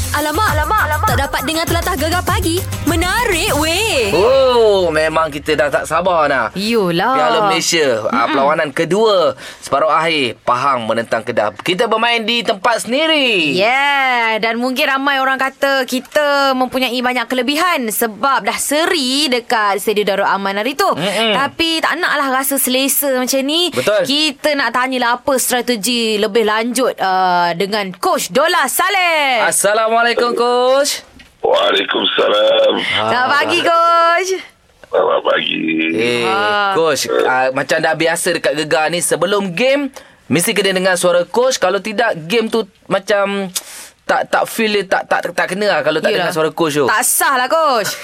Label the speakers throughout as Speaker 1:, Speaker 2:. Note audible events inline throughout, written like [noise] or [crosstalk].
Speaker 1: Alamak, alamak, alamak. Tak dapat dengar telatah gegar pagi. Menarik weh.
Speaker 2: Oh, memang kita dah tak sabar nak.
Speaker 3: Ya.
Speaker 1: Yolah.
Speaker 2: Piala Malaysia ah, Perlawanan kedua Separuh akhir Pahang menentang Kedah Kita bermain di tempat sendiri
Speaker 3: Yeah, dan mungkin ramai orang kata kita mempunyai banyak kelebihan sebab dah seri dekat Stadium Darul Aman hari tu.
Speaker 2: Mm-mm.
Speaker 3: Tapi tak naklah rasa selesa macam ni.
Speaker 2: Betul.
Speaker 3: Kita nak tanyalah apa strategi lebih lanjut uh, dengan Coach Dola Saleh.
Speaker 2: Assalamualaikum coach
Speaker 4: Waalaikumsalam.
Speaker 2: Ha.
Speaker 3: Selamat pagi,
Speaker 2: Ah.
Speaker 3: Coach.
Speaker 4: Selamat pagi.
Speaker 2: Eh,
Speaker 3: Ah.
Speaker 2: coach ah, Macam dah biasa dekat Gegar ni Sebelum game Mesti kena dengar suara coach Kalau tidak game tu macam tak tak feel dia tak tak tak kena lah kalau tak
Speaker 3: Yelah.
Speaker 2: dengar suara coach tu.
Speaker 3: Tak sah lah,
Speaker 2: [laughs]
Speaker 3: Coach.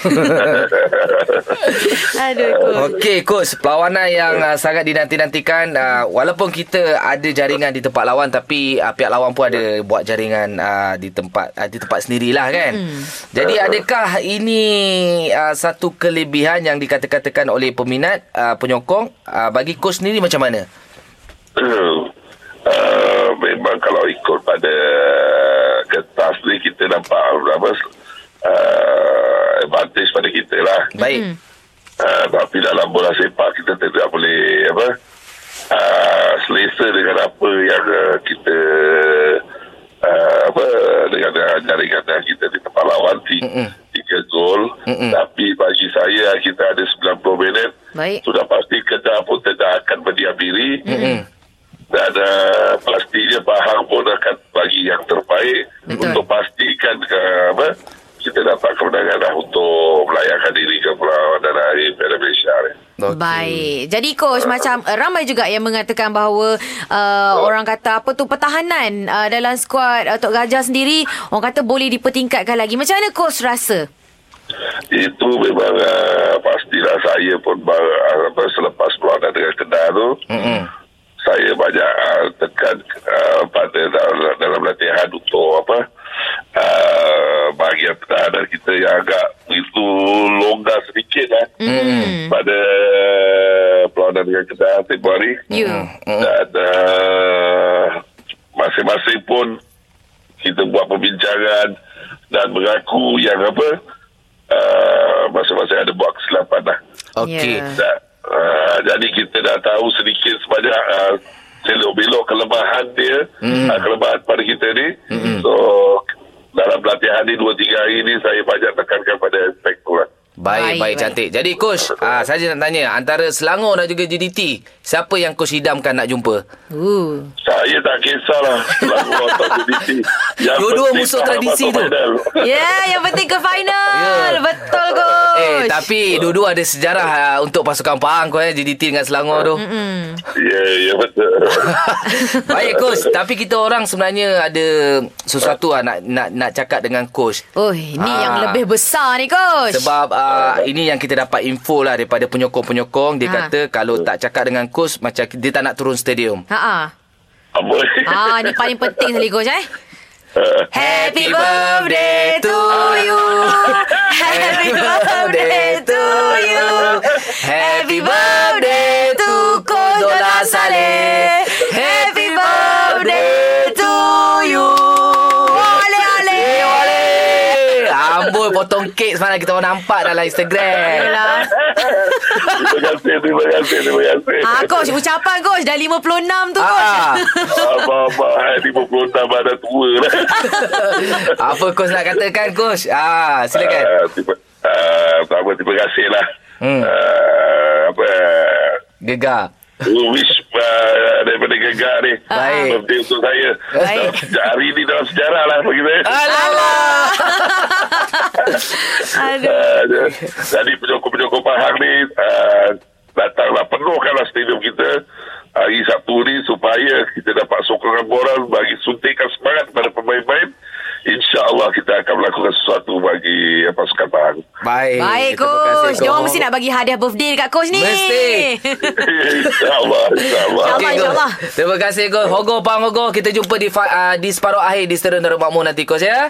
Speaker 3: Aduh, Coach.
Speaker 2: Okey coach, perlawanan yang uh, sangat dinanti-nantikan uh, walaupun kita ada jaringan di tempat lawan tapi uh, pihak lawan pun ada buat jaringan uh, di tempat uh, di tempat sendirilah kan. Mm. Jadi adakah ini uh, satu kelebihan yang dikata-katakan oleh peminat uh, penyokong uh, bagi coach sendiri macam mana?
Speaker 4: Uh, Eh, memang kalau ikut pada kertas ni kita nampak apa uh, advantage pada kita lah.
Speaker 2: Baik. Mm.
Speaker 4: Uh, tapi dalam bola sepak kita tidak boleh apa uh, selesa dengan apa yang uh, kita uh, apa dengan dengan jaringan kita di tempat lawan ti, tiga gol tapi bagi saya kita ada 90 minit
Speaker 3: Baik.
Speaker 4: sudah pasti Kedah pun tidak akan berdiam diri
Speaker 2: Hmm.
Speaker 4: dan uh, pastinya Pahang pun akan bagi yang terbaik
Speaker 3: Betul.
Speaker 4: untuk pastikan ke, apa kita dapat kemenangan lah untuk melayakan diri ke Pulau dan Air Piala Malaysia ni.
Speaker 2: Okey.
Speaker 3: Baik. Jadi coach macam uh, ramai juga yang mengatakan bahawa uh, orang kata apa tu pertahanan uh, dalam skuad uh, Tok Gajah sendiri orang kata boleh dipertingkatkan lagi. Macam mana coach rasa?
Speaker 4: Itu memang uh, pastilah saya pun ba- apa, selepas perlawanan dengan Kedah tu
Speaker 2: Mm-mm.
Speaker 4: saya banyak uh, tekan uh, pada dalam, dalam latihan untuk apa uh, bahagian pertahanan kita yang agak begitu longgar sedikit lah mm. pada perlawanan dengan Kedah tempoh hari
Speaker 2: Hmm.
Speaker 3: You.
Speaker 4: dan uh, masing-masing pun kita buat perbincangan dan mengaku yang apa uh, masing-masing ada buat kesilapan lah
Speaker 2: Okey.
Speaker 3: Yeah.
Speaker 4: dan, uh, jadi kita dah tahu sedikit sebanyak uh, selok-belok kelemahan dia mm. uh, kelemahan pada kita ni mm. so dalam latihan ni 2-3 hari ni saya banyak tekankan pada aspek tu lah
Speaker 2: Baik, baik,
Speaker 3: Baik,
Speaker 2: baik
Speaker 3: baik.
Speaker 2: cantik. Jadi coach, ah saya nak tanya antara Selangor dan juga JDT, siapa yang coach idamkan nak jumpa?
Speaker 3: Ooh.
Speaker 4: saya tak kisahlah lagu atau tradisi Yang
Speaker 2: Dua-dua
Speaker 4: penting
Speaker 2: musuh
Speaker 4: faham
Speaker 2: tradisi tu.
Speaker 4: atau final.
Speaker 3: Yeah, Ya, yang penting ke final.
Speaker 2: Yeah.
Speaker 3: Yeah. Betul coach.
Speaker 2: Ya. Eh, tapi dua-dua ada sejarah uh, untuk pasukan Pahang kau eh JDT dengan Selangor tu.
Speaker 4: [laughs] Ya, ya betul.
Speaker 2: [laughs] Baik coach, tapi kita orang sebenarnya ada sesuatu lah nak nak nak cakap dengan coach.
Speaker 3: Oh, ni
Speaker 2: Ah.
Speaker 3: yang lebih besar ni coach.
Speaker 2: Sebab uh, ini yang kita dapat info lah daripada penyokong-penyokong dia
Speaker 3: Ha.
Speaker 2: kata kalau tak cakap dengan coach macam dia tak nak turun stadium.
Speaker 3: Ha ah.
Speaker 4: Apa?
Speaker 3: Ah, ni paling
Speaker 4: [laughs]
Speaker 3: penting sekali coach eh. Happy birthday to you. Happy birthday to you. Happy birthday to Coach Dola Saleh. Happy birthday to you. Wale wale.
Speaker 2: Eh, Oleh. Amboi potong kek semalam kita orang nampak dalam Instagram.
Speaker 3: Ayolah.
Speaker 4: terima kasih, terima kasih, terima kasih.
Speaker 3: Ah, coach, ucapan coach dah 56 tu coach.
Speaker 2: Ah,
Speaker 4: Abang-abang hai, 56 dah tua lah.
Speaker 2: apa coach nak katakan coach? Ah, silakan.
Speaker 4: Ah, terima, ah, apa, terima kasih lah.
Speaker 2: Hmm.
Speaker 4: Ah, apa, ah,
Speaker 2: Gegar.
Speaker 4: wish ah, daripada gegar ni.
Speaker 2: Baik.
Speaker 4: Birthday untuk saya.
Speaker 3: Baik.
Speaker 4: Dalam seja- hari ni dalam sejarah lah bagi saya.
Speaker 2: Alamak.
Speaker 3: Aduh.
Speaker 4: Ah, Jadi penyokong-penyokong Pahang ni ah, datanglah penuhkanlah stadium kita hari Sabtu ni supaya kita dapat sokongan moral bagi suntikan semangat kepada pemain-pemain. InsyaAllah kita akan melakukan sesuatu bagi ah, pasukan Pahang. [laughs]
Speaker 2: Baik.
Speaker 3: Baik
Speaker 2: Eh, Terima kasih,
Speaker 3: coach. Dia orang mesti nak bagi hadiah birthday dekat coach ni. [laughs]
Speaker 2: Mesti.
Speaker 4: InsyaAllah. InsyaAllah.
Speaker 3: Insya-Allah,
Speaker 2: Okey, Coach.
Speaker 3: insya-Allah.
Speaker 2: Terima kasih coach. Hogo Pang Hogo. Kita jumpa di fa- uh, di separuh akhir di Stadium Darul Makmur nanti coach ya.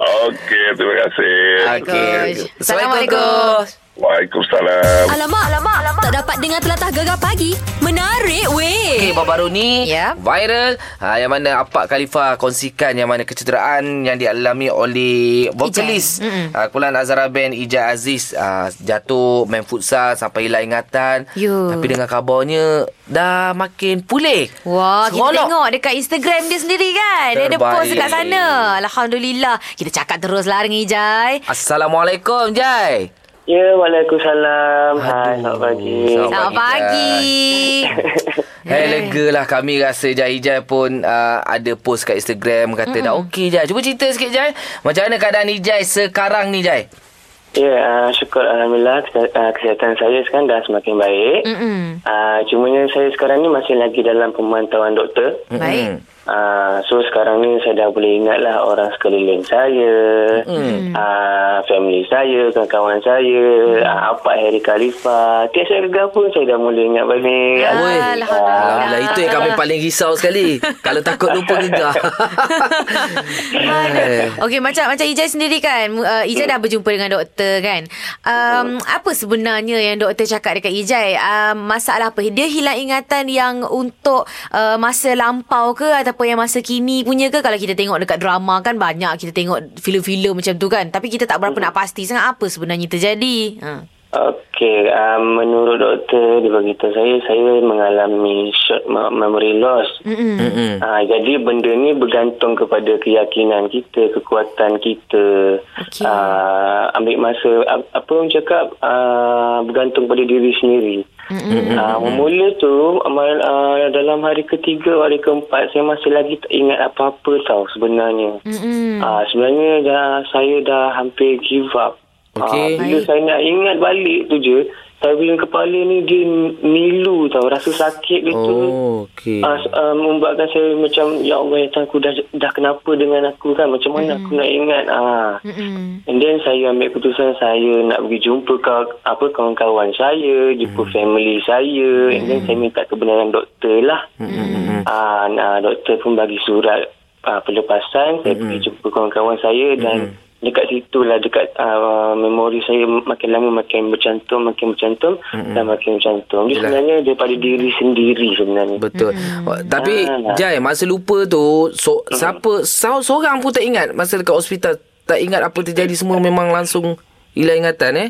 Speaker 4: Okey, terima kasih.
Speaker 2: Okey.
Speaker 3: Coach. Assalamualaikum.
Speaker 4: Waalaikumsalam.
Speaker 1: Alamak, alamak, alamak. Tak dapat dengar telatah gegar pagi. Menarik
Speaker 2: Okey,
Speaker 1: weh.
Speaker 2: baru-baru ni
Speaker 3: Ya.
Speaker 2: viral ha, yang mana Apak Khalifah kongsikan yang mana kecederaan yang dialami oleh vokalis ha, Kulan Azara Band Ija Aziz ha, jatuh main futsal sampai hilang ingatan.
Speaker 3: Yo.
Speaker 2: Tapi dengan kabarnya dah makin pulih.
Speaker 3: Wah, kita
Speaker 2: Seronok.
Speaker 3: tengok dekat Instagram dia sendiri kan. Dia ada
Speaker 2: Terbaik.
Speaker 3: post dekat sana. Alhamdulillah. Kita cakap terus lah dengan Ijai.
Speaker 2: Assalamualaikum, Jai.
Speaker 5: Ya, Waalaikumsalam.
Speaker 2: Aduh,
Speaker 5: Hai, selamat pagi.
Speaker 2: selamat-
Speaker 3: Selamat pagi.
Speaker 2: [laughs] Hey, lega lah kami rasa Jai Ijai pun uh, ada post kat Instagram kata dah okey Jai. Cuba cerita sikit Jai. Macam mana keadaan Ijai sekarang ni Jai?
Speaker 5: Ya, uh, syukur Alhamdulillah kese- uh, kesihatan saya sekarang dah semakin baik.
Speaker 3: Mm-mm.
Speaker 5: Uh, cumanya saya sekarang ni masih lagi dalam pemantauan doktor.
Speaker 3: Baik.
Speaker 5: Uh, so sekarang ni saya dah boleh ingat lah orang sekeliling saya, mm. uh, family saya, kawan-kawan saya, uh, Apak Harry Khalifa. Tiap saya gegar pun saya dah mula ingat balik.
Speaker 3: Ya,
Speaker 2: Oi.
Speaker 3: Alhamdulillah.
Speaker 2: Alhamdulillah itu yang kami paling risau sekali. Kalau takut lupa gegar. Eh,
Speaker 3: Okey macam macam Ijai sendiri kan mu- uh, Ijai dah berjumpa dengan doktor kan um, Apa sebenarnya yang doktor cakap dekat Ijai um, Masalah apa Dia hilang ingatan yang untuk uh, Masa lampau ke Ataupun yang masa kini punya ke Kalau kita tengok dekat drama kan Banyak kita tengok filem-filem macam tu kan Tapi kita tak berapa nak pasti sangat Apa sebenarnya terjadi ha.
Speaker 5: Okey, um, menurut doktor dia beritahu saya, saya mengalami short me- memory loss.
Speaker 3: Mm-mm.
Speaker 2: Mm-mm.
Speaker 5: Ah, jadi benda ni bergantung kepada keyakinan kita, kekuatan kita.
Speaker 3: Okey.
Speaker 5: Ah, ambil masa, ap- apa orang cakap, ah, bergantung pada diri sendiri. Ah, memula tu, amal, ah, dalam hari ketiga, hari keempat, saya masih lagi tak ingat apa-apa tau sebenarnya.
Speaker 3: Mm-mm.
Speaker 5: Ah, sebenarnya dah saya dah hampir give up.
Speaker 2: Okey.
Speaker 5: Ah, bila
Speaker 3: Baik.
Speaker 5: saya nak ingat balik tu je, saya punya kepala ni dia milu tau. Rasa sakit dia tu.
Speaker 2: Oh, okey.
Speaker 5: Ah, s- ah, membuatkan saya macam, Ya Allah, ya Tuhan, aku dah, dah kenapa dengan aku kan? Macam mana aku nak ingat? Ah.
Speaker 3: Mm-mm.
Speaker 5: And then saya ambil keputusan saya nak pergi jumpa kau, apa kawan-kawan saya, jumpa family saya. And then saya minta kebenaran doktor lah. Hmm. Uh, nah, doktor pun bagi surat uh, pelepasan. Saya pergi jumpa kawan-kawan saya dan dekat situ lah, dekat uh, memori saya makin lama makin bercantum, makin bercantum dan makin bercantum.
Speaker 2: Yelah.
Speaker 5: Dia sebenarnya daripada diri sendiri sebenarnya.
Speaker 2: Betul. Oh, Tapi
Speaker 5: Ah.
Speaker 2: Jai masa lupa tu so, siapa so, seorang pun tak ingat masa dekat hospital tak ingat apa terjadi semua memang langsung hilang ingatan eh.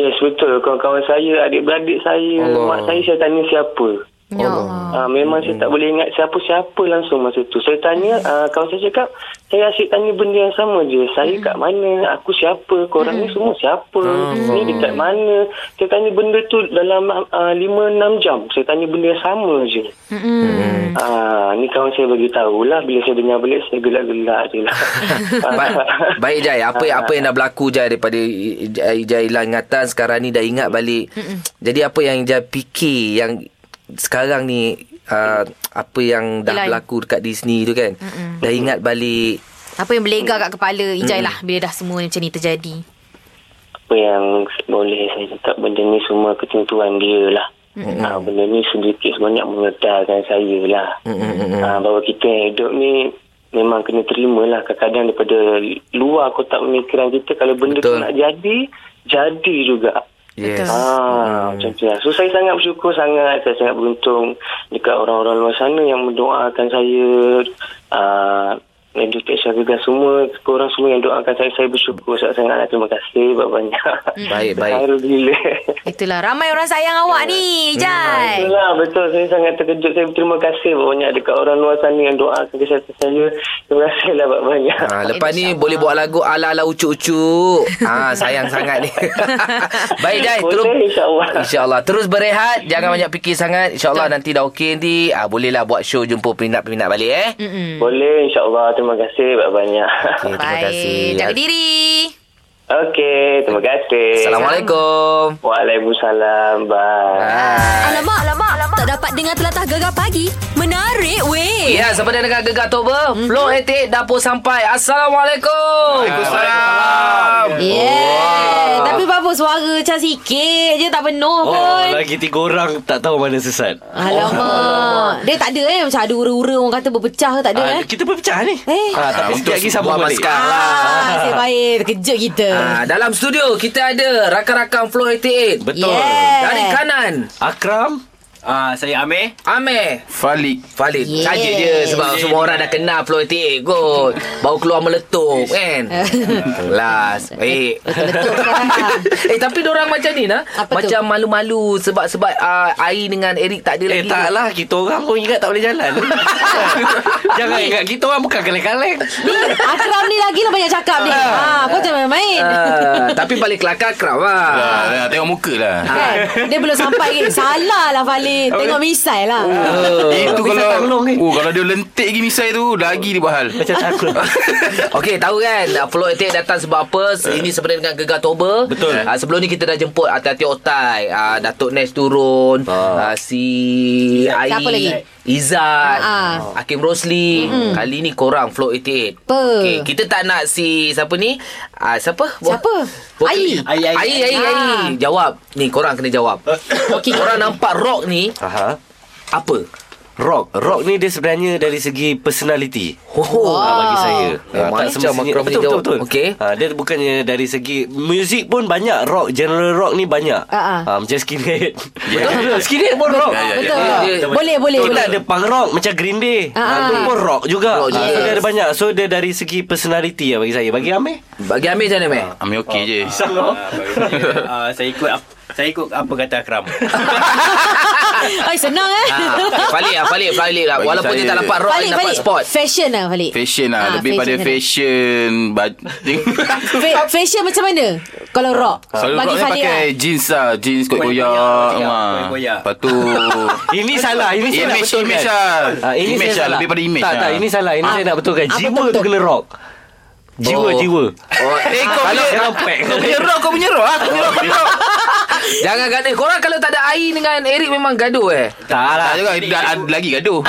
Speaker 5: Yes, betul. Kawan-kawan saya, adik-beradik saya,
Speaker 2: Allah.
Speaker 5: mak saya, saya tanya siapa.
Speaker 3: Ya Allah
Speaker 5: Ah, memang saya tak boleh ingat siapa-siapa langsung masa tu. Saya tanya, ah, kawan saya cakap, saya asyik tanya benda yang sama je. Saya kat mana, aku siapa, korang ni semua siapa, ni dekat mana. Saya tanya benda tu dalam ah, 5-6 jam. Saya tanya benda yang sama je.
Speaker 3: Mm-mm.
Speaker 5: Ah, ni kawan saya bagi tahulah bila saya dengar balik saya gelak-gelak je lah. [laughs]
Speaker 2: Baik, baik Jai,
Speaker 3: [laughs]
Speaker 2: apa yang apa yang dah berlaku Jai daripada I- I- Jai hilang ingatan sekarang ni dah ingat balik. Jadi apa yang Jai fikir yang sekarang ni uh, apa yang dah
Speaker 3: Hilang.
Speaker 2: berlaku dekat Disney tu kan. Dah ingat balik.
Speaker 3: Apa yang berlegar kat kepala Ijai lah Bila dah semua macam ni terjadi
Speaker 5: apa yang boleh saya cakap benda ni semua ketentuan dia lah. Mm-hmm. Ha, benda ni sedikit sebanyak mengedarkan saya lah. Mm-hmm. Ha, bahawa kita yang hidup ni memang kena terima lah. Kadang-kadang daripada luar kotak pemikiran kita kalau benda
Speaker 2: Betul.
Speaker 5: Betul. tu nak jadi, jadi juga.
Speaker 2: Yes.
Speaker 5: Ah, macam tu lah. So saya sangat bersyukur sangat, saya sangat beruntung dekat orang-orang luar sana yang mendoakan saya, ah, yang di Malaysia Gegar semua, korang semua yang doakan saya, saya bersyukur sangat-sangat lah. Terima kasih banyak-banyak.
Speaker 2: Hmm. Baik, baik.
Speaker 5: Terharu gila.
Speaker 3: Itulah ramai orang sayang awak ni Ijai
Speaker 5: Itulah, betul. Saya sangat terkejut. Saya berterima kasih banyak dekat orang luar sana yang doakan kesihatan saya. Terima kasih lah banyak-banyak.
Speaker 2: Ha, lepas ni
Speaker 3: InsyaAllah.
Speaker 2: boleh buat lagu ala-ala
Speaker 3: [laughs]
Speaker 2: ucu-ucu. ha, sayang sangat ni. Baik Jai,
Speaker 5: Boleh,
Speaker 2: terus
Speaker 5: insyaAllah.
Speaker 2: Insya-Allah. Terus berehat, jangan banyak fikir sangat. Insya-Allah nanti dah okey nanti. Ah ha, bolehlah buat show jumpa peminat-peminat balik eh.
Speaker 3: Mm-mm.
Speaker 5: Hmm. Boleh, insyaAllah. Terima kasih banyak-banyak.
Speaker 2: Okey, terima kasih.
Speaker 3: Baik, jaga diri.
Speaker 5: [laughs] Okey, terima kasih.
Speaker 2: Assalamualaikum.
Speaker 5: Waalaikumsalam. Bye.
Speaker 1: Alamak, alamak, alamak. Tak dapat dengar telatah gegar pagi. Menarik weh.
Speaker 2: Ya, sampai dengan Gegar Toba,
Speaker 3: Mhm.
Speaker 2: mm-hmm. Flow Etik dapur sampai. Assalamualaikum. Waalaikumsalam.
Speaker 3: Yeah. Tapi Babu apa suara macam sikit je tak penuh
Speaker 6: Oh,
Speaker 3: pun.
Speaker 6: lagi tiga orang tak tahu mana sesat.
Speaker 3: Alamak. Dia tak ada eh macam ada ura-ura orang kata berpecah ke tak ada
Speaker 6: Ah,
Speaker 3: eh.
Speaker 6: kita berpecah ni.
Speaker 3: Eh.
Speaker 6: Ah, tapi
Speaker 2: Ah,
Speaker 6: sekejap lagi
Speaker 2: untuk
Speaker 6: sambung
Speaker 2: buah
Speaker 6: balik.
Speaker 2: maskal.
Speaker 3: Ah, nasib baik terkejut kita.
Speaker 2: Ah, dalam studio kita ada rakan-rakan Flow 88.
Speaker 6: Betul.
Speaker 3: Yeah.
Speaker 2: Dari kanan
Speaker 6: Akram.
Speaker 7: Ah, saya Amir.
Speaker 2: Amir
Speaker 7: Falik.
Speaker 2: Valid
Speaker 3: Yeah.
Speaker 2: yeah. Saja je Sebab
Speaker 7: Yeah.
Speaker 2: semua orang dah kenal Flow 88 kot Baru keluar
Speaker 3: [laughs]
Speaker 2: meletup kan Last Eh
Speaker 3: Betul-betul kan.
Speaker 2: [laughs] Eh tapi orang macam ni nah
Speaker 3: Apa tu?
Speaker 2: Macam malu-malu Sebab-sebab uh, Air dengan Eric tak ada
Speaker 6: Eh
Speaker 2: lagi
Speaker 6: taklah kita orang pun ingat tak boleh jalan. [laughs] Jangan ingat kita orang bukan kaleng-kaleng.
Speaker 3: Ni Akram ni lagi lah banyak cakap ni. Ha, kau jangan main-main.
Speaker 2: Ah, Tapi paling kelakar kerap lah
Speaker 6: Ya.
Speaker 7: Ah, tengok muka lah.
Speaker 3: Kan? Dia belum sampai lagi. Salah lah Falik. Tengok misai lah.
Speaker 6: Ah. Oh.
Speaker 7: Itu
Speaker 6: Habis
Speaker 7: kalau
Speaker 6: datang long, eh.
Speaker 7: Oh kalau dia lentik lagi misai tu Lagi dia bahal
Speaker 6: Macam
Speaker 7: [laughs]
Speaker 6: takut.
Speaker 2: Okey, tahu kan ah, Flow Attack datang sebab apa? Se- Ini sebenarnya dengan Gegar Toba.
Speaker 6: Betul.
Speaker 2: Ah, sebelum ni kita dah jemput hati-hati otai. Ah, Datuk Nesh turun. Ah. si Ai.
Speaker 3: Siapa lagi?
Speaker 2: Izzat.
Speaker 3: Ah. Hmm.
Speaker 2: Hakim Rosli. Kali ni korang Flow 88.
Speaker 3: Apa?
Speaker 2: Okey, kita tak nak si siapa ni? Ah, siapa?
Speaker 3: Siapa? Ai.
Speaker 2: Ai, Ai, Ai, Ai.
Speaker 3: Ah.
Speaker 2: Jawab. Ni korang kena jawab. Okey, korang nampak rock ni
Speaker 6: Aha.
Speaker 2: apa?
Speaker 6: Rock. Rock ni dia sebenarnya dari segi personality.
Speaker 2: Oh.
Speaker 6: Ah, bagi saya.
Speaker 2: Eh,
Speaker 6: Ah,
Speaker 2: macam Akram ni
Speaker 6: betul, betul,
Speaker 2: jawab.
Speaker 6: betul.
Speaker 2: Okey.
Speaker 6: Ah, dia bukannya dari segi muzik pun banyak rock, genre rock ni banyak.
Speaker 3: Ah, ah.
Speaker 6: Ah, macam skinhead.
Speaker 2: [laughs]
Speaker 6: Betul. skinhead pun rock.
Speaker 3: Betul.
Speaker 2: ya.
Speaker 3: Dia- Boleh, boleh,
Speaker 6: Kita
Speaker 3: boleh. [laughs]
Speaker 6: ada punk rock macam Green Day.
Speaker 3: Ah,
Speaker 6: Ah,
Speaker 3: ah.
Speaker 6: tu pun rock juga.
Speaker 2: Rock
Speaker 6: Ah,
Speaker 2: juga.
Speaker 6: so dia ada banyak. So dia dari segi personality lah bagi saya. Bagi Amir.
Speaker 2: Bagi Amir macam mana, Amir?
Speaker 6: Ah.
Speaker 7: Amir okey je
Speaker 8: uh, saya ikut ap- saya ikut apa kata Akram.
Speaker 6: [laughs]
Speaker 3: Ay, senang eh.
Speaker 2: Ah, Falik lah Falik Falik lah
Speaker 7: Bagi
Speaker 2: Walaupun
Speaker 7: saya-
Speaker 2: dia tak dapat rock Dia
Speaker 3: Falik,
Speaker 2: dapat
Speaker 3: Falik.
Speaker 2: spot
Speaker 3: Fashion lah Falik.
Speaker 7: Fashion lah
Speaker 3: Ah,
Speaker 7: Lebih pada
Speaker 3: sana.
Speaker 7: fashion
Speaker 3: [laughs]
Speaker 7: ba-
Speaker 3: Fa- fashion macam mana? Kalau rock.
Speaker 7: Ah, Selalu
Speaker 3: Bagi
Speaker 7: rocknya
Speaker 3: Falik
Speaker 7: pakai
Speaker 3: lah.
Speaker 7: jeans lah Jeans kot
Speaker 8: Koyak-koyak,
Speaker 7: koyak
Speaker 8: koyak,
Speaker 7: ah.
Speaker 8: koyak-koyak.
Speaker 7: Lepas
Speaker 6: [laughs]
Speaker 7: tu
Speaker 6: Ini salah, ini salah
Speaker 7: Image
Speaker 6: betulkan.
Speaker 7: Image lah
Speaker 6: Ah, ini
Speaker 7: Image
Speaker 6: saya
Speaker 7: lah
Speaker 6: salah.
Speaker 7: Lebih pada image
Speaker 6: Tak,
Speaker 7: lah.
Speaker 6: tak, ini salah. Ini saya nak betulkan.
Speaker 3: Ah,
Speaker 6: Jiwa
Speaker 3: betul,
Speaker 6: tu
Speaker 3: betul.
Speaker 6: kena rock. Jiwa,
Speaker 2: Oh.
Speaker 6: jiwa.
Speaker 2: oh, eh, kau
Speaker 6: Kalau
Speaker 2: punya-
Speaker 6: jangan pack.
Speaker 2: Kau punya rock Kau punya rock ah. Kau punya rock, kau punya rock. [laughs] Jangan gaduh Korang kalau tak ada Air dengan Eric Memang gaduh eh
Speaker 6: Tak lah.
Speaker 7: Tak juga dah- ada Lagi gaduh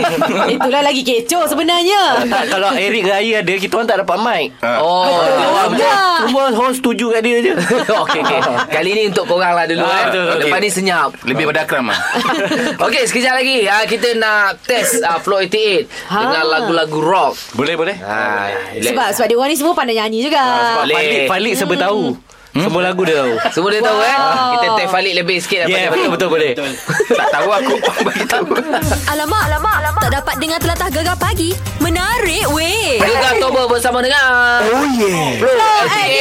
Speaker 3: [laughs] Itulah lagi kecoh sebenarnya.
Speaker 6: Tak, kalau Eric dengan Ayi ada, kita orang tak dapat mic.
Speaker 7: Ya.
Speaker 2: Oh [laughs]
Speaker 6: Orang
Speaker 3: Betul.
Speaker 6: macam Semua orang setuju kat dia je.
Speaker 7: [laughs]
Speaker 2: Okey okey. Kali ni untuk korang lah dulu
Speaker 6: Ah,
Speaker 2: eh.
Speaker 6: betul, betul.
Speaker 2: Lepas ni
Speaker 7: [laughs]
Speaker 2: senyap.
Speaker 7: Lebih pada akram lah
Speaker 2: Okey, sekejap lagi ah, kita nak test ah, Flow 88
Speaker 3: Ha.
Speaker 2: dengan lagu-lagu rock.
Speaker 6: [laughs] Boleh, boleh.
Speaker 2: Ah,
Speaker 3: Sebab sebab dia orang ni semua pandai nyanyi juga.
Speaker 6: Sebab
Speaker 2: Boleh.
Speaker 6: Falik, Falik
Speaker 7: Hmm.
Speaker 6: sebab tahu. Semua lagu dia tahu.
Speaker 2: semua dia tahu eh.
Speaker 3: Wow.
Speaker 2: Kita test Falik lebih sikit daripada
Speaker 6: Yeah, betul, betul, boleh.
Speaker 7: Tak tahu aku Bagi tahu
Speaker 1: Alamak, alamak, alamak. Tak dapat dengar telatah gegar pagi. Menarik weh.
Speaker 2: Gegar Toba bersama dengan Oh yeah Flow
Speaker 3: eh,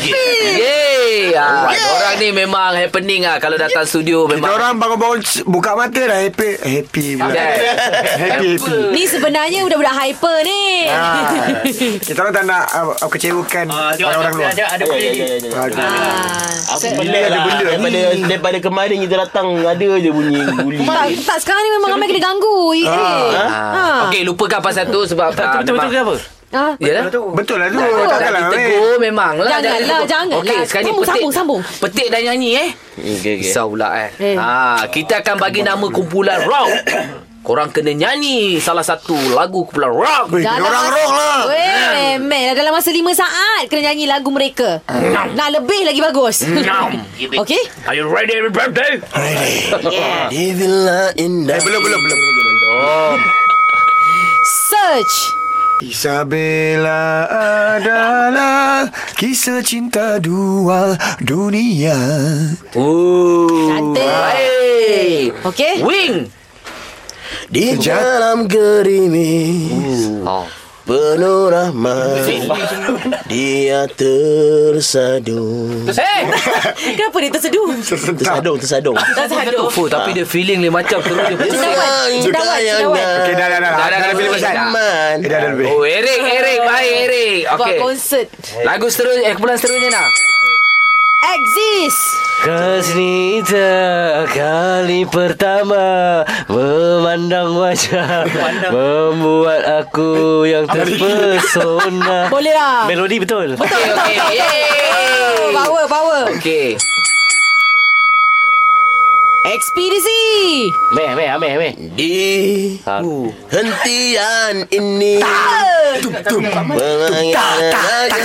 Speaker 2: Yeay ah, Orang ni memang happening ah Kalau datang studio
Speaker 9: Kita
Speaker 2: memang
Speaker 9: orang bangun-bangun s- buka mata dah happy happy pula. happy happy.
Speaker 3: Ni sebenarnya budak-budak hyper ni.
Speaker 9: Ah, kita orang tak nak uh, kecewakan
Speaker 8: Ah, tengok,
Speaker 9: orang-orang luar.
Speaker 8: Ada, ada benda ni.
Speaker 9: Ah,
Speaker 3: [laughs] Ah.
Speaker 9: Bila ada benda
Speaker 10: daripada,
Speaker 9: ni.
Speaker 10: daripada kemarin kita datang Ada je bunyi guli
Speaker 3: Tak, tak sekarang ni memang ramai kena ganggu. Ha. Ha.
Speaker 2: ah. Okey lupakan pasal tu Sebab
Speaker 6: Tak,
Speaker 2: ah,
Speaker 6: Betul, betul,
Speaker 2: memang- ya?
Speaker 6: betul apa?
Speaker 3: Ha.
Speaker 2: Yalah
Speaker 9: Betul lah tu.
Speaker 2: Kalau
Speaker 9: Takkanlah.
Speaker 2: nak
Speaker 9: weh.
Speaker 2: ditegur memang lah
Speaker 3: Janganlah,
Speaker 2: ditegur.
Speaker 3: janganlah.
Speaker 2: Okey sekarang ni
Speaker 3: Sambung,
Speaker 2: petik
Speaker 3: sambung, sambung.
Speaker 2: Petik dan nyanyi eh
Speaker 10: okay, okay.
Speaker 2: Risau pula eh
Speaker 3: Eh.
Speaker 2: ha, Kita akan bagi nama kumpulan rock Korang kena nyanyi Salah satu lagu kumpulan rock
Speaker 9: Weh, kita orang rock lah.
Speaker 3: Weh, meh lah dalam masa 5 saat kena nyanyi lagu mereka. Nak lebih lagi bagus. [laughs] Okey?
Speaker 2: Are you ready everybody?
Speaker 9: Eh, belum, belum, belum.
Speaker 3: Search.
Speaker 9: Isabella adalah kisah cinta dua dunia.
Speaker 2: Ooh.
Speaker 3: Cantik.
Speaker 2: Baik.
Speaker 3: Okey?
Speaker 2: Wing.
Speaker 10: Di
Speaker 9: Sekejap.
Speaker 10: dalam gerimis
Speaker 2: Oh.
Speaker 10: Penuh rahmat Dia tersadung
Speaker 2: Hey.
Speaker 3: Kenapa dia terseduh?
Speaker 9: Tersentak.
Speaker 10: Tersadung, tersadung
Speaker 3: Terseduh.
Speaker 2: Fuh, tapi dia feeling dia macam terus dia pecah.
Speaker 3: Cendawat, cendawat.
Speaker 9: Okey, dah,
Speaker 2: Dah, dah,
Speaker 9: dah, dah. Dah, dah,
Speaker 2: dah,
Speaker 9: lebih,
Speaker 2: dah,
Speaker 9: Ustaz.
Speaker 2: dah.
Speaker 10: Aman
Speaker 9: Eh, dah, dah lebih.
Speaker 2: Oh, Eric, Eric. Baik, Eric.
Speaker 3: Buat
Speaker 2: Okey.
Speaker 3: konsert.
Speaker 2: Lagu seterusnya, eh, kumpulan seterusnya nak.
Speaker 3: Exist.
Speaker 6: Kasnita kali pertama memandang wajah membuat aku yang terpesona.
Speaker 3: Boleh lah.
Speaker 6: Melodi betul.
Speaker 2: Okey, [laughs] okey. Yeay.
Speaker 3: Power, power.
Speaker 2: Okey.
Speaker 3: Ekspedisi.
Speaker 11: Meh, meh, meh, meh.
Speaker 6: Di
Speaker 11: Ha.
Speaker 6: hentian ini
Speaker 9: Tum tum
Speaker 6: Mengangan
Speaker 9: Tum tak tak tak tak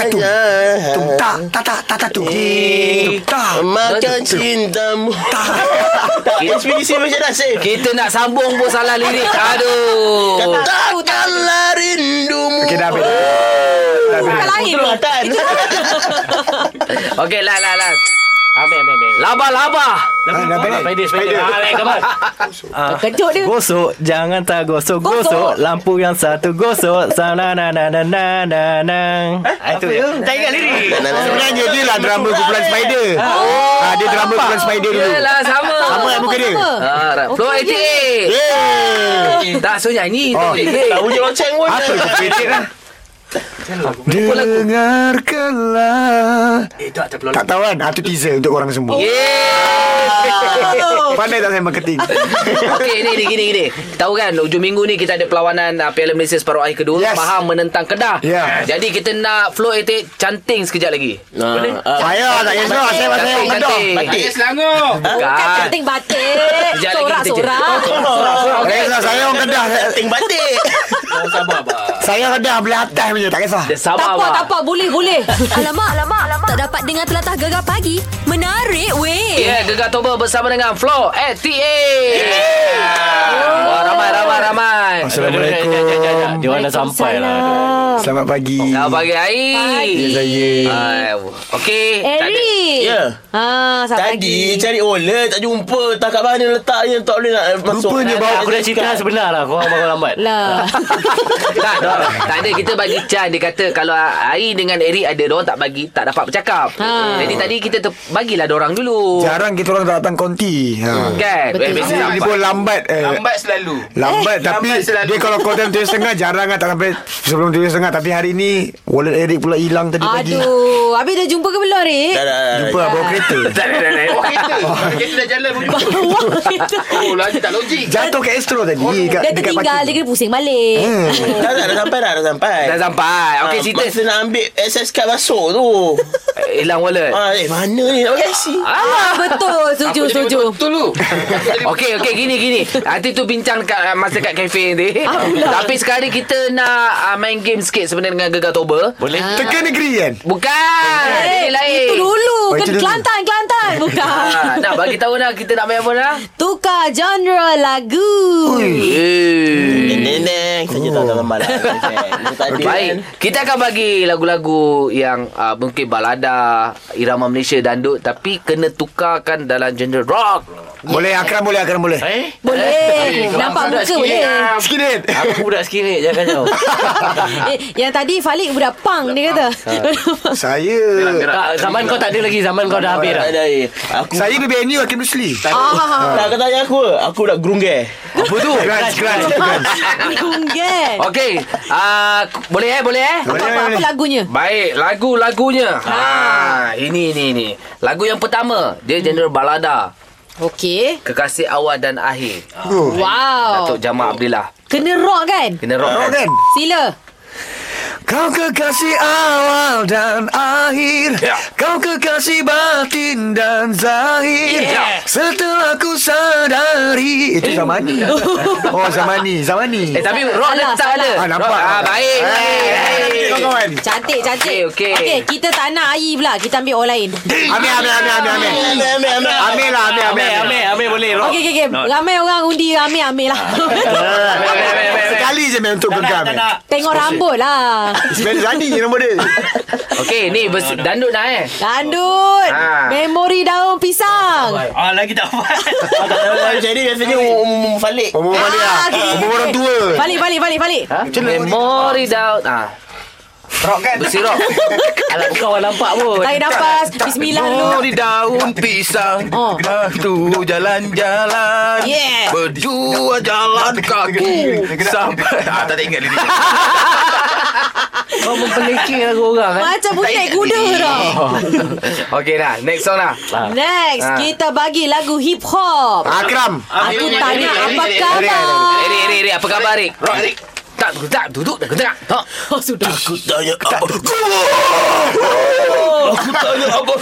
Speaker 9: tak tum Tum tak
Speaker 6: Makan cintamu Ekspedisi macam dah save
Speaker 2: Kita nak sambung pun salah lirik. Aduh.
Speaker 6: Katakanlah rindumu
Speaker 9: Okay dah habis Dah habis
Speaker 6: Itu Rotan
Speaker 2: Okey, lah, lah, lah.
Speaker 11: Ah, meh, meh, meh.
Speaker 2: Laba-laba.
Speaker 9: Ah, Dah habis
Speaker 11: Spider, spider. Ah, lain gambar.
Speaker 3: Kejut dia.
Speaker 12: Gosok jangan tak gosok
Speaker 3: Gosok.
Speaker 12: gosok lampu yang satu gosok sana na na na na na na.
Speaker 6: Eh,
Speaker 12: Ah, Itu ya.
Speaker 11: Tak ingat lirik.
Speaker 9: Sebenarnya dia lah drama kumpulan Spider Ah, Dia drama kumpulan Spider dulu
Speaker 2: Yelah, sama.
Speaker 9: Sama eh muka dia Eh.
Speaker 2: Ah, Flow 88.
Speaker 9: Yeay
Speaker 2: Tak, so nyanyi.
Speaker 9: Oh,
Speaker 6: Tak bunyi lonceng pun
Speaker 9: Apa tu kritik lah Dengarkanlah Tak tahu kan Ah, tu teaser untuk korang semua
Speaker 2: Oh.
Speaker 9: Pandai tak saya marketing
Speaker 2: Okey ni ni gini gini. Tahu kan hujung minggu ni kita ada perlawanan uh, Piala Malaysia separuh akhir kedua
Speaker 9: Yes.
Speaker 2: Pahang menentang Kedah.
Speaker 9: Yeah.
Speaker 2: Jadi kita nak flow etik canting sekejap lagi.
Speaker 7: Ah,
Speaker 9: Saya tak kisah Saya pasal orang kedah
Speaker 7: Batik Selangor.
Speaker 3: Bukan
Speaker 2: Bukan.
Speaker 3: cantik batik.
Speaker 2: Ah. Sekejap lagi kita Oh,
Speaker 3: Sorak-sorak.
Speaker 9: Tak kisah saya orang kedah Saya-
Speaker 6: Ting batik
Speaker 11: Sabar, abang.
Speaker 9: Saya kedah belah atas punya Tak kisah
Speaker 2: Dia
Speaker 3: Tak
Speaker 2: sabar
Speaker 3: apa, tak
Speaker 2: abang.
Speaker 3: apa. Boleh, boleh. alamak, alamak, alamak. Tak dapat dengar telatah gegar pagi. Menarik, weh.
Speaker 2: Ya, yeah, Gegar Toba bersama dengan Flo ETA. Wah, ramai, ramai, ramai.
Speaker 9: Assalamualaikum
Speaker 11: Dia orang dah sampai lah.
Speaker 9: Selamat pagi
Speaker 2: Selamat pagi, Air.
Speaker 9: Ya, saya
Speaker 2: Hai. Okey. tak ada-
Speaker 3: Eri.
Speaker 6: Ya
Speaker 3: Ha, selamat
Speaker 6: Tadi
Speaker 3: pagi.
Speaker 6: cari olet Tak jumpa Tak kat mana letaknya Tak boleh nak eh, masuk
Speaker 9: Rupanya bawa
Speaker 11: Aku dah cerita sebenar lah. Korang bangun lambat.
Speaker 3: Lah.
Speaker 2: tak, tak, tak ada kita bagi can dia kata kalau Ari dengan Eric ada dia orang tak bagi tak dapat bercakap.
Speaker 3: Ha.
Speaker 2: Jadi tadi kita ter, bagilah dia orang dulu.
Speaker 9: Jarang kita orang datang konti ha.
Speaker 2: Kan?
Speaker 3: Betul.
Speaker 2: Eh, biasa-
Speaker 9: Dia pun lambat eh.
Speaker 7: Lambat selalu.
Speaker 6: Oh,
Speaker 9: Lambat
Speaker 7: Eh,
Speaker 9: tapi
Speaker 7: lambat selalu.
Speaker 9: dia kalau kau time 7.30 jarang lah tak sampai sebelum 7.30 tapi hari ni wallet Eric pula hilang tadi pagi.
Speaker 3: Aduh. Habis dah jumpa ke belum, Eri?
Speaker 6: Dah
Speaker 3: [laughs]
Speaker 6: dah
Speaker 9: Jumpa lah bawa kereta.
Speaker 7: Tak ada, tak ada. Oh, kereta. Kereta dah jalan pun. Oh, lagi tak logik.
Speaker 9: Jatuh ke Astro tadi kat,
Speaker 3: Oh, Dia
Speaker 9: dekat
Speaker 3: tertinggal. Dia
Speaker 9: parking.
Speaker 3: kena pusing balik.
Speaker 9: Hmm.
Speaker 6: Dah dah dah sampai dah Dah sampai
Speaker 2: Dah sampai. Okey,
Speaker 3: Ha,
Speaker 6: Ah,
Speaker 2: cerita
Speaker 6: Masa nak ambil SS card masuk tu
Speaker 2: Eh, hilang wallet.
Speaker 6: ah, Eh mana ni Nak pakai si
Speaker 3: Ah, betul. Setuju, setuju.
Speaker 7: Betul tu.
Speaker 2: [laughs] Okey okey gini gini. Nanti tu bincang kat uh, masa kat kafe nanti.
Speaker 3: Ah,
Speaker 2: Tapi sekarang kita nak uh, main game sikit sebenarnya dengan Gegar Toba.
Speaker 11: Boleh?
Speaker 9: Teka negeri kan?
Speaker 2: Bukan.
Speaker 3: Eh,
Speaker 2: Ini lah, lain.
Speaker 3: itu dulu.
Speaker 9: Oh,
Speaker 3: Kan
Speaker 9: itu dulu.
Speaker 3: Kelantan, Kelantan. Bukan.
Speaker 2: Ha, nak bagi tahu dah kita nak main apa lah. dah?
Speaker 3: Tukar genre lagu.
Speaker 2: Eh.
Speaker 6: Neneng Saja tak tahu gambar lah Tadi kan.
Speaker 2: Baik, kita akan bagi lagu-lagu yang uh, mungkin balada, irama Malaysia, dandut tapi kena tukarkan dalam genre rock.
Speaker 9: Boleh Akram boleh Akram boleh.
Speaker 11: Eh?
Speaker 3: Boleh. Nampak muka boleh.
Speaker 9: Sikit.
Speaker 11: Aku budak skinhead. Jangan kau.
Speaker 3: [laughs] Eh, yang tadi Falik budak punk dia kata.
Speaker 9: Ah.
Speaker 3: [laughs]
Speaker 9: Saya
Speaker 11: Tak, Zaman kau tak ada lagi. Zaman kau dah habis dah.
Speaker 6: Tak ada air. Aku
Speaker 9: saya BBNU Hakim Rusli.
Speaker 3: Ah,
Speaker 6: Tak kau tanya aku Aku nak gerungge
Speaker 9: Apa tu? Grunge, grunge, [laughs] grunge.
Speaker 3: Gunggen.
Speaker 2: Okey, uh, boleh eh, boleh eh?
Speaker 3: Apa,
Speaker 9: Boleh,
Speaker 3: apa, apa
Speaker 9: boleh.
Speaker 3: lagunya?
Speaker 2: Baik, lagu-lagunya. Ha, ini ni ni. Lagu yang pertama, dia genre balada,
Speaker 3: Okey.
Speaker 2: kekasih awal dan akhir.
Speaker 9: Oh.
Speaker 3: Wow.
Speaker 2: Datuk Jamal Abdillah.
Speaker 3: Kena rock kan?
Speaker 2: Kena rock.
Speaker 9: Tahu
Speaker 2: kan?
Speaker 9: kan?
Speaker 3: Sila.
Speaker 9: Kau kekasih awal dan akhir
Speaker 2: Ya.
Speaker 9: Kau kekasih batin dan zahir
Speaker 2: Ya.
Speaker 9: Setelah ku sadari Itu zaman ni Oh zaman ni Zaman ni
Speaker 2: Eh tapi rock
Speaker 3: Salah,
Speaker 2: dia tak ada.
Speaker 3: salah.
Speaker 9: Ah, nampak.
Speaker 2: Rock, Ah, baik.
Speaker 9: Hey.
Speaker 2: baik.
Speaker 9: Kawan.
Speaker 3: Cantik, cantik.
Speaker 2: Eh. Okey, okey.
Speaker 3: Okey, kita tak nak air pula. Kita ambil orang lain.
Speaker 9: Amir, Amir, Amir, Amir, Amir.
Speaker 6: Ambil ambil ambil
Speaker 9: Amir lah, Amir, Amir.
Speaker 11: Amir,
Speaker 9: Amir.
Speaker 11: Amir, Amir boleh. Rock.
Speaker 3: Okey, okey, okey. Ramai orang undi Amir, Amir lah.
Speaker 9: Ah.
Speaker 3: [laughs]
Speaker 2: Amir, Amir, Amir.
Speaker 9: Sekali je Amir untuk gegam.
Speaker 12: Tak nak.
Speaker 3: Tengok rambut lah.
Speaker 9: Sebenarnya Zani je nombor dia.
Speaker 2: Okey, ni bers- dandut dah eh.
Speaker 3: Dandut.
Speaker 9: Ha.
Speaker 2: Ah.
Speaker 3: Memori daun pisang.
Speaker 12: Ah lagi tak
Speaker 6: [laughs]
Speaker 12: faham.
Speaker 6: Ah, lah, Macam ni biasanya Umum Falik
Speaker 9: Umur balik lah.
Speaker 3: okey, okey,
Speaker 9: Umur
Speaker 3: okey.
Speaker 9: orang tua.
Speaker 3: Ah, Balik, balik, balik, balik.
Speaker 2: Ha? Memory down. Ah,
Speaker 9: Rock kan? [laughs]
Speaker 2: bersirok.
Speaker 11: Alah, bukan orang nampak pun.
Speaker 3: Tarik nafas. Bismillah dulu.
Speaker 7: Oh, di daun pisang
Speaker 3: Oh.
Speaker 7: Dah tu jalan-jalan
Speaker 3: Yeah.
Speaker 7: Berdua jalan kaki Sampai ah, Tak ingat [laughs] lirik
Speaker 11: Kau mempelikir lagu orang kan.
Speaker 3: Macam budak kuda tau.
Speaker 2: eh?
Speaker 7: Oh.
Speaker 2: Okey dah, next song dah.
Speaker 3: Next,
Speaker 9: Ha.
Speaker 2: Ah.
Speaker 3: kita bagi lagu hip hop.
Speaker 9: Akram. Ah,
Speaker 3: Aku tanya apa
Speaker 7: Eric, Eric,
Speaker 3: khabar?
Speaker 2: Eri, Eri, Eri, apa khabar Rik?
Speaker 7: Rock Eric
Speaker 2: Tak tak duduk tak tak. Ha.
Speaker 3: Oh, sudah.
Speaker 13: Aku tanya apa Keluar Aku tanya apa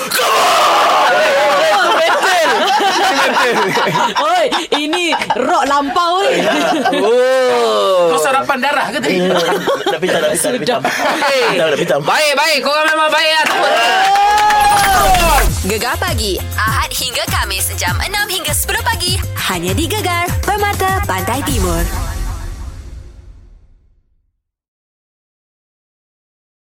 Speaker 3: Oi, ini rock lampau ni.
Speaker 9: [laughs]
Speaker 14: Oh. Kau sarapan darah ke
Speaker 2: Eh,
Speaker 14: [laughs] tadi?
Speaker 13: Nak pitam Nak pitam Nak pitam
Speaker 2: Hey.
Speaker 13: Nak pitam
Speaker 2: Eh, Baik baik korang memang baik lah. Tak apa.
Speaker 3: Gegar pagi Ahad hingga Kamis jam 6 hingga 10 pagi hanya di Gegar Permata Pantai Timur.